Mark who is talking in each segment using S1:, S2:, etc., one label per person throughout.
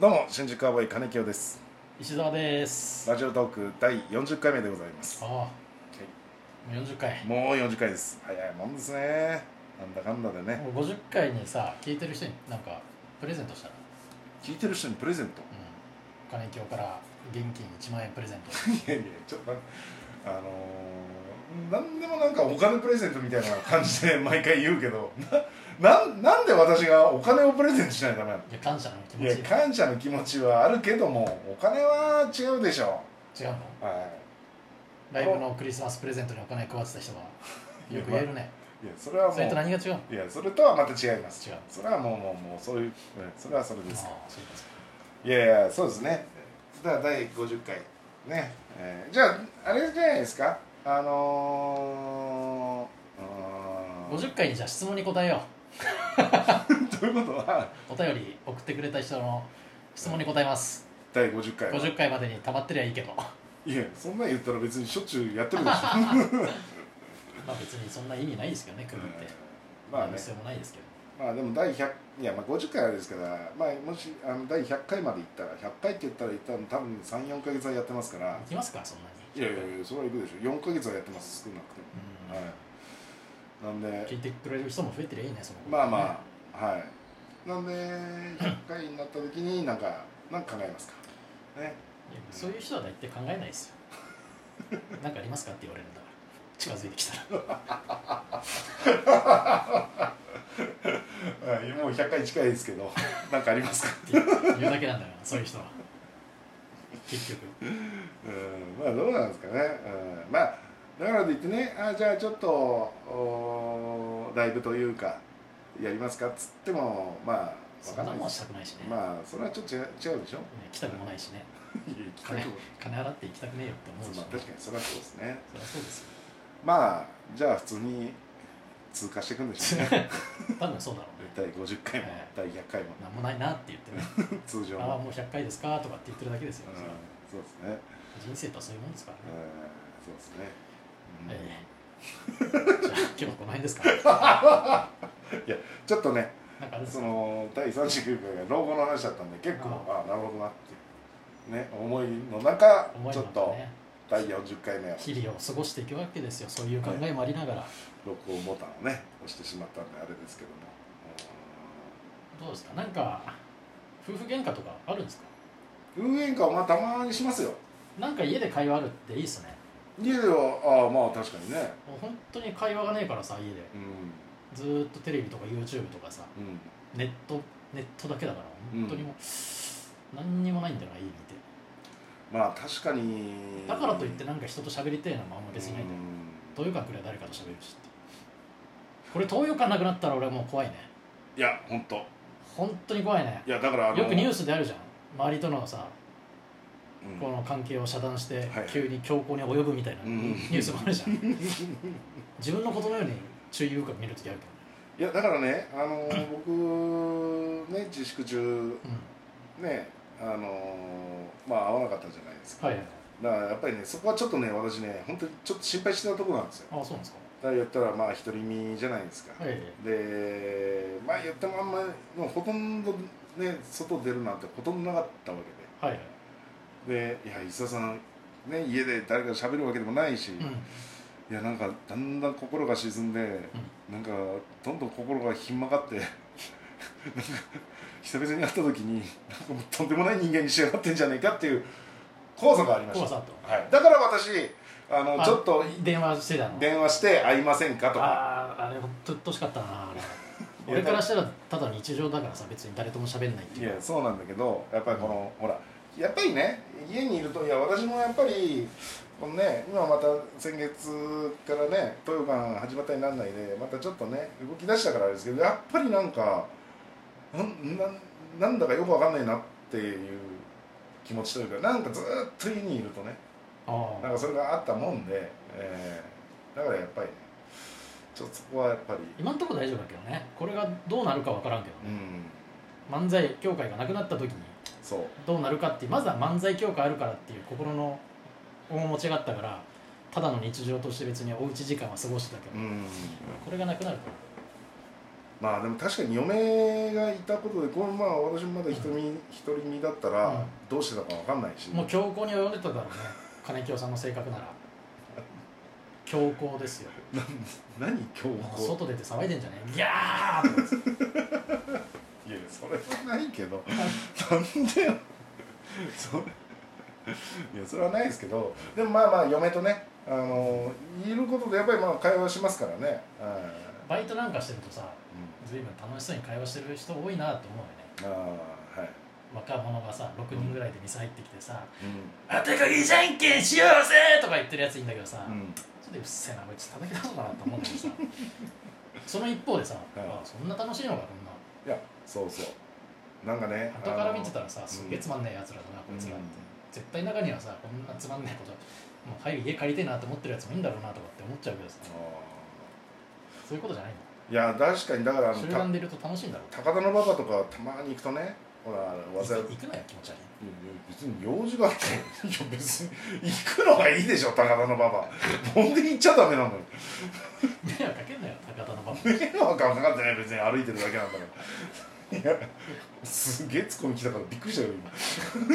S1: どうも新宿アボイ金清です
S2: 石澤です。
S1: ラジオトーク第40回目でございます
S2: ああ、もう40回。
S1: もう40回です早いもんですねなんだかんだでね
S2: もう50回にさ、聞いてる人になんかプレゼントしたら、
S1: 聞いてる人にプレゼント
S2: うん、金京から現金1万円プレゼント。
S1: いやいやちょっとなんあのー、なんでもなんかお金プレゼントみたいな感じで毎回言うけどななんなんで私がお金をプレゼントしないとダメなの
S2: いや、感謝の気
S1: い
S2: 持
S1: や
S2: ち。
S1: 感謝の気持ちはあるけどもお金は違うでしょ
S2: 違うの
S1: は
S2: ライブのクリスマスプレゼントにお金配ってた人は、よく言えるね。
S1: いいやそれはもう
S2: それと何が違うの
S1: いやそれとはまた違います
S2: 違う
S1: それはもうもうもうそういう、うんそれはそれ
S2: ああ
S1: ですから
S2: そうです
S1: いやいやそうですねだから第50回ね、えーじゃああれじゃないですかあのー、うーん
S2: 50回にじゃあ質問に答えよ
S1: ということは
S2: う。お便り送ってくれた人の質問に答えます。
S1: 第50回は
S2: 50回までに溜まってりゃいいけど、ま
S1: いやそんなん言ったら別にしょっちゅうやってるでしょ、
S2: あ別にそんな意味ないですけどね、組むって。
S1: まあ
S2: やる
S1: ね
S2: 必要もないですけど。
S1: まあでも第100いやまあ50回はあれですから、まあ、もしあの第100回までいったら100回って言ったら一旦多分34か月はやってますから
S2: 行きますか、そんなに。
S1: いやいやいやそれはいくでしょ4か月はやってます少なくても
S2: うん
S1: はい、なんで
S2: 聞いてくれる人も増えてりゃいいねその
S1: まあまあ、はいなんで100回になった時になんかなんか考えますかね
S2: いやそういう人は大体考えないですよ なんかありますかって言われるんだから近づいてきたら
S1: はいもう100回近いですけど なんかありますか
S2: って言うだけなんだからそういう人は結局
S1: うんまあどうなんですかね、うん、まあだからといってねあじゃあちょっとおライブというかやりますかっつってもまあわ
S2: そ
S1: か
S2: ん
S1: ん
S2: な
S1: ない
S2: も
S1: で
S2: んし
S1: す
S2: たくないしね、
S1: まあそれはちょっと違う違うでしょ
S2: ね来たくもないしね
S1: いや
S2: 金
S1: 企画も
S2: 金払って行きたくねえよって思うし、
S1: まあ
S2: ね、
S1: 確かにそれはそうですね
S2: そりゃそうですよ
S1: まあじゃあ普通に通過していくんでしょう ね
S2: 多分そうだろうね
S1: 第50回も、
S2: はい
S1: 第100回も
S2: なんもないなって言ってね
S1: 通常
S2: ああ
S1: の、
S2: もう100回ですかとかって言ってるだけですよ
S1: うん、
S2: それは
S1: そうですね、
S2: 人生とはそういうもんですから
S1: うん
S2: ね、、
S1: そうですね、うん
S2: ええじゃあ今日はこの辺ですか、
S1: ちょっとね
S2: なんかあるんです
S1: そ
S2: か
S1: の第39回が老後の話だったんで結構あ
S2: あ
S1: あなるほどなってね思いの中
S2: 思い
S1: ちょ
S2: の
S1: っ
S2: 中
S1: と
S2: ね
S1: 第40回目を
S2: 日々を過ごしていくわけですよそういう考えもありながら、
S1: 録音ボタンをね押してしまったんであれですけども
S2: どうですかなんか夫婦喧嘩とかあるんですか
S1: うん運営会はたまにしますよ
S2: なんか家で会話あるっていいっすね
S1: 家ではああまあ確かにね
S2: もう本当に会話がねえからさ家で
S1: う
S2: ずーっとテレビとか YouTube とかさ
S1: んうん
S2: ネットネットだけだから本当にもう、何にもないんだよな家にいて
S1: まあ確かに
S2: だからといってなんか人と喋りてえのもあんま別にないんだよ
S1: うん
S2: 東洋館くらい誰かと喋るしってこれ東洋館なくなったら俺はもう怖いね
S1: いや本当
S2: 本当に怖いね
S1: いやだからあの
S2: よくニュー
S1: ス、
S2: スであるじゃん周りとのさ
S1: うん
S2: この関係を遮断して
S1: はい
S2: 急に強行に及ぶみたいな
S1: うん
S2: ニュースもあるじゃん自分のことのように注意深く見るときある
S1: いやだからねあの僕ね自粛中
S2: けど、うん、
S1: ねあのまあ会わなかったじゃないですか
S2: はいはいはい
S1: だからやっぱりねそこはちょっとね私ね本当にちょっと心配してたところなんですよ
S2: ああそうなんです
S1: だから言ったらまあ独り身じゃないですか、
S2: かはいはいはい
S1: でまあ言ってもあんまりもうほとんどね外出るなんてほとんどなかったわ
S2: はいはい
S1: けででいや石田さんね家で誰かと喋るわけでもないし、
S2: うん
S1: いやなんかだんだん心が沈んで、なんかどんどん心がひん曲がって なんか久々に会った時になんかもうとんでもない人間に仕上がってんじゃねえかっていう怖さがありました
S2: 怖さと
S1: はい、だから私あの
S2: あ
S1: ちょっと
S2: 電話してたの
S1: 電話して会いませんかとか
S2: あああれほんとうっとうしかっ たなあれ
S1: や
S2: 俺からしたらただの日常だからさ別に誰とも喋んないって
S1: い
S2: いう
S1: やそうなんだけどやっぱりこの、ほらやっぱりね家にいるといや私もやっぱりこのね今また先月からね東洋館始まったにならないでまたちょっとね動き出したからあれですけどやっぱりなんかなんなんなんだかよくわかんないなっていう気持ちというかなんかずっと家にいるとね
S2: あ
S1: なん
S2: あ
S1: かそれがあったもんで、えーだからやっぱりねちょっとそこはやっぱり
S2: 今んとこ大丈夫だけどねこれがどうなるかわからんけど
S1: う
S2: ね、
S1: ん
S2: 漫才協会がなくなった時に
S1: そう
S2: どうなるかっていうまずは漫才協会あるからっていう心の面持ちがあったからただの日常として別におうち時間は過ごしてたけど、
S1: うん
S2: これがなくなると
S1: まあでも確かに嫁がいたことでこれまあ私もまだ独り独り身だった
S2: うん
S1: らどうしてたかわかんないし、
S2: もう強行に泳いでただろうね金清さんの性格なら強行ですよ
S1: 何強
S2: なんか
S1: 行
S2: 外出て騒いでんじゃねえギャーとかっつって
S1: いやそれはないけどなんでよそれいやそれはないですけどでもまあまあ嫁とねあのいることでやっぱりまあ会話しますからね、は
S2: バイトなんかしてるとさ
S1: いうん
S2: 随分楽しそうに会話してる人多いなと思うよね
S1: ああはい、
S2: 若者がさ6人ぐらいで店入ってきてさ
S1: う
S2: 「あてかぎじゃんけんしようぜ!」とか言ってるやついいんだけどさ、
S1: んうん、
S2: ちょっとうっせえなこいつ叩き出そうかなと思うん だけどさその一方でさ、あそんな楽しいのかこんない
S1: やそうそうなんかね
S2: 後から見てた
S1: ら
S2: らさすっげえつまんねえやつらだなこいつらって、
S1: うん
S2: 絶対中にはさこんなつまんねえこともう早く家借りてえなと思ってるやつもいいんだろうなとかって思っちゃうけどさそういうことじゃない
S1: い
S2: の
S1: や確かにだからあの
S2: 集
S1: た
S2: 団でいると楽しいんだろう
S1: 高田馬場とかたまに行くとねほらわざいや
S2: 行くなよ気持ち悪い
S1: 別に用事があっていや別に行くのがいいでしょ高田馬場なんで行っちゃダメなのよ
S2: 迷惑かけんなよ高田の場面
S1: 迷惑はかかってない別に歩いてるだけなんだからいやすげえツッコミ来たからびっくりしたよ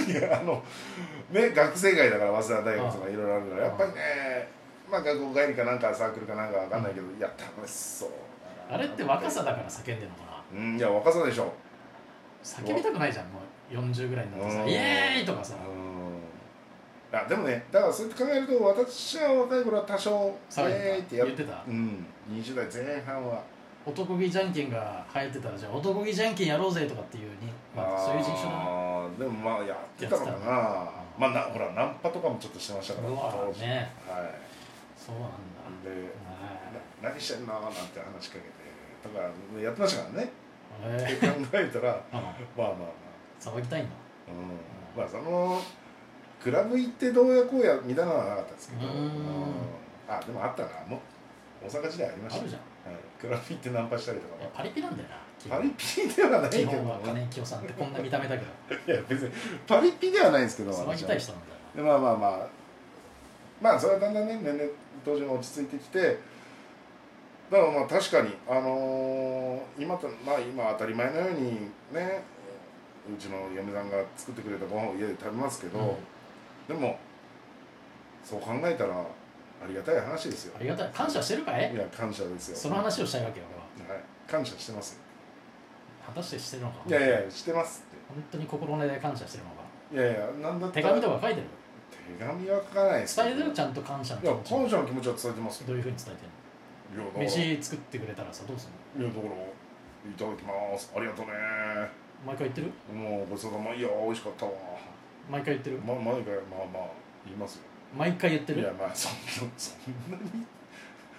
S1: 今いやあのね学生街だから早稲田大学とかいろいろあるから
S2: ああ
S1: やっぱりねまあ学校帰りかなんかサークルかなんかわかんないけど、いや楽しそうだな
S2: あれって若さだから叫んでるのかな
S1: うんいや若さでしょ
S2: 叫びたくないじゃんもう40ぐらいになってさ
S1: う
S2: 「
S1: ん
S2: イエーイ!」とか
S1: う
S2: さ
S1: んあでもねだからそうやって考えると私は若い頃は多少「
S2: 騒い
S1: えーい」っ
S2: で
S1: て
S2: た
S1: や
S2: 言っ
S1: る
S2: てた
S1: うん20代前半は
S2: 男気じゃんけんが流行ってたらじゃあ男気じゃんけんやろうぜとかっていうに、まあ、そういう人種だな
S1: あーでもまあやってたのかな
S2: やってた
S1: まあなほらナンパとかもちょっとしてましたから
S2: うわ
S1: 当時
S2: ね
S1: は
S2: そうなんだ
S1: いで
S2: はい
S1: な何してんのなんて話しかけてとかやってましたからねって
S2: え
S1: 考えたら
S2: ーあ
S1: まあまあまあ
S2: 騒ぎたいんだ
S1: うんまあそのクラブ行ってどうやこうやみたいなのはなかったですけど
S2: うーん
S1: あでもあったなもう大阪時代ありまし
S2: あ
S1: た
S2: る
S1: ね
S2: じゃん
S1: はいクラブ行ってナンパしたりとか
S2: いや
S1: は
S2: パリピなんだよな基
S1: パ
S2: 本
S1: リピではないけ
S2: 基
S1: ど
S2: 本は金井清さんってこんな見た目だけど
S1: いや別にパリピではないんですけど
S2: 騒ぎたい人なんだよ
S1: でまあまあまあまあそれはだんだんね年々当時も落ち着いてきてだからまあ確かにあのー今とまあ今当たり前のようにねうちの嫁さんが作ってくれたご飯を家で食べますけ
S2: な、
S1: ど、でもそう考えたらありがたい話ですよ
S2: ありがたい感謝してるかい
S1: いや感謝ですよ
S2: その
S1: はい
S2: 話をしたいわけよ俺は
S1: 感謝してますよ
S2: 果たしてしてるのか
S1: いやいやしてますっ
S2: 本当に心の根で感謝してるのか
S1: ていやいやなんだった
S2: 手
S1: ら
S2: 紙とか書いてる
S1: 手紙は書かないですけど
S2: 伝えてるちゃんと感謝の
S1: いや
S2: 気持ちを
S1: 感謝の気持ちは伝えてますよ
S2: どういうふうに伝えて
S1: いやだか
S2: るの
S1: ら
S2: 飯作ってくれたらさどうする
S1: い
S2: の
S1: やだからいただきますありがとうね
S2: 毎回言ってる
S1: もうごちそうさまいや美味しかったわ
S2: 毎回言ってる
S1: ま毎回まあまあ言いますよ
S2: 毎回言って
S1: い
S2: る
S1: やまあそんなそんなに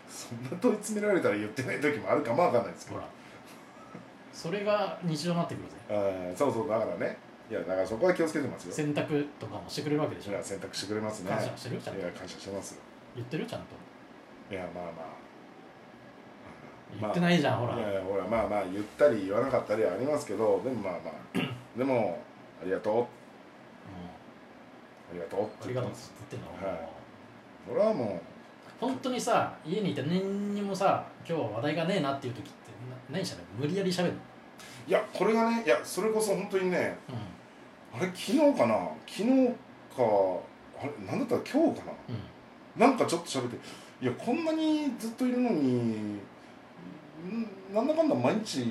S1: そんな問い詰められたら言ってない時もあるかもわかんないですけ
S2: ほ
S1: ど
S2: らそれが日常になってくるぜ
S1: あそうそうだからねいやだからそこは気をつけてますよ
S2: 洗濯とかもしてくれるわけでしょ
S1: いや選択してくれますね
S2: 感謝してるちゃん
S1: い
S2: と
S1: や感謝してますよ
S2: 言ってるちゃん
S1: い
S2: と
S1: やまあまあ
S2: 言ってないじゃんほら
S1: いやいやほらまあまあ言ったり言わなかったりはありますけどでもまあまあでもありがとう
S2: う
S1: ありがとうって
S2: ん
S1: 言
S2: ありが
S1: ってま
S2: とうっつ
S1: す
S2: って言ってんだ
S1: は
S2: ろ、
S1: いそれはも
S2: 本当にさ家にいて何にもさ今日は話題がねえなっていう時ってな何しゃべる無理やりしゃべるの
S1: ういやこれがねいやそれこそ本当にねあれ昨日かな昨日かあれなんだったら今日か
S2: うんうん
S1: ななんかちょっと喋っていやこんなにずっといるのにんなんだかんだ毎日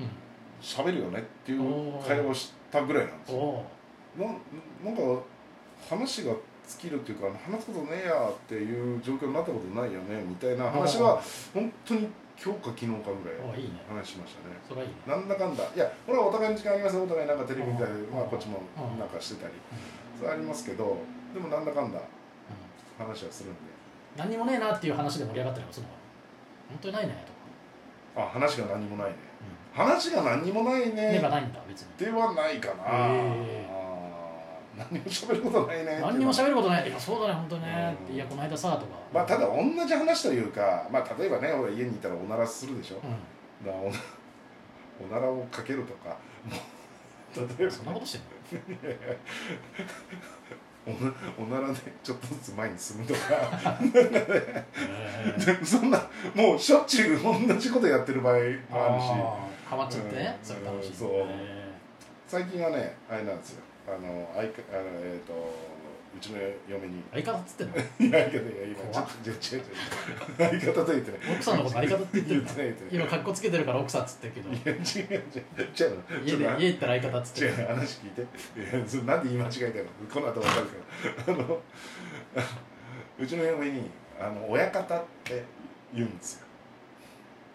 S2: う
S1: 喋るよねっていう
S2: おー
S1: 会話をしたぐらいなんです
S2: んお
S1: よ
S2: お
S1: ななんか話が尽きるっていうか話すことねえやっていう状況になったことないよねみたいな話は本当に今日か昨日かぐらい
S2: ーおーいいね
S1: 話しましたね
S2: それはいいね
S1: なんだかんだいやこれはお互いの時間ありますよお互いなんかテレビ見たり
S2: うん
S1: まあこっちも
S2: うん
S1: なんかしてたり
S2: うん
S1: それありますけどでもなんだかんだ
S2: うん
S1: 話はするんで
S2: 何にもねえなっていう話で盛り上がったりもするのかな本当にないねとか、
S1: あ話が何もないね
S2: う
S1: 話が何もない
S2: ん、目
S1: ね
S2: がないんだ別に
S1: ではないかな
S2: え
S1: あー何も喋ることないねっていうのは
S2: 何にも喋ることないいやそうだね本当ねっていやこの間さとか
S1: まあただ同じ話というかまあ例えばねほら家にいたらおならするでしょ
S2: う
S1: だからおなおならをかけるとかもう例え
S2: んそんなことしてんの
S1: ばおなおならでちょっとずつ前に進むとか
S2: えー
S1: で もそんなもうしょっちゅう同じことやってる場合もあるし
S2: あーハマっちゃってね、
S1: うん
S2: それ楽しい、ね、
S1: そう最近はねあれなんですよあの相かあのえっ、とうちの嫁に
S2: 相方っつってんの
S1: いやいやいや今ちょ
S2: 怖っ
S1: っと違う違う違う相方と言ってね
S2: 奥さんのこと相方って言って
S1: 言っ
S2: る
S1: て
S2: の
S1: ない言ってない
S2: 今格好つけてるから奥さんっつってるけど
S1: いや違う違う違うち
S2: 家
S1: ょっと
S2: で家行ったら相方っつって
S1: 違
S2: る
S1: う話聞いていやそれなんで言い間違えたのこの後わかるからあのうちの嫁にあの親方って言うんですよ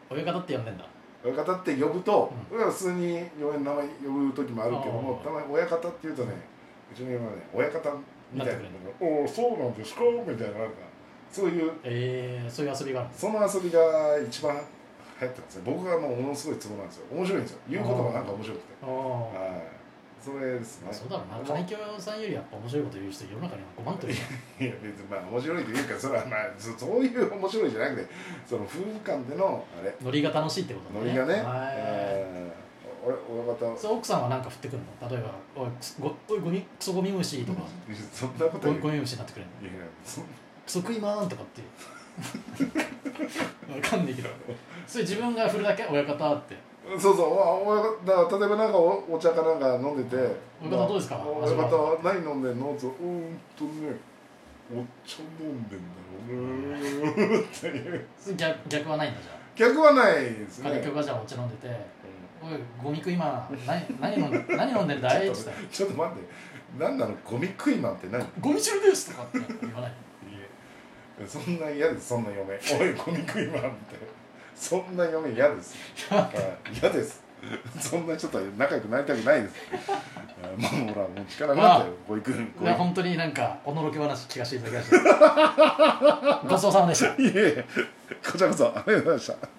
S2: 親方って呼んでんだ
S1: 親方って呼ぶと、
S2: う
S1: 俺は普通に嫁の名前呼ぶ時もあるけども
S2: あ
S1: た
S2: ー
S1: まに親方って言うとねうちの嫁はね親方みたいな
S2: なって
S1: 「
S2: く
S1: おおそうなんですか」みたいななんかそういう
S2: えー、そういう遊びがあるんです
S1: その遊びが一番流行ってますね僕がもうものすごいツボなんですよ面白いんですよ言うことがなんか面白くて
S2: あー
S1: はいそれですね
S2: まあそうだろうな金京さんよりやっぱ面白いこと言う人世の中には5万といるよ
S1: いや別にまあ面白いというかそれはまあそそういう面白いじゃなくてその夫婦間でのあれ
S2: ノリが楽しいってこと
S1: ノ
S2: だ
S1: リ
S2: ね
S1: がね、
S2: はい
S1: えー、俺親方
S2: そう奥さんは何か振ってくるの例えば「おいクソごおいゴミクソゴミ虫」とか
S1: そんな
S2: 「
S1: こと
S2: ゴ
S1: 言う
S2: ミゴミ虫」になってくれるの
S1: いやそん な
S2: 「クソ食いまーん」とかっていうわかんないけどそれ自分が振るだけ親方って
S1: そうそうおおだから例えばなんかおお茶かなんか飲んでて
S2: 親方どうですか
S1: まあお親方は何飲んでんのって言うとうーんとねお茶飲んでんだろうね っていう
S2: それ逆逆はないんだじゃ
S1: 逆はないです
S2: あ金
S1: ね
S2: 京がじゃあお茶飲んでて「おいゴミ食いまーん何何飲ん で何飲んでるだい?」って言ったら
S1: ちょっと待って何なのゴミ食いマンって何
S2: 「ゴミ汁です」とかって言わない
S1: いえそんな嫌ですそんな嫁おいゴミ食いマンってそんな嫁嫌ですはい嫌ですそんな人とは仲良くなりたくないですもうほらもう力があったよゴミ食い
S2: い
S1: ゴミ
S2: や本当になんかおのろけ話聞かせていただきましたごちそうさまでした
S1: いえいえこちらこそありがとうございました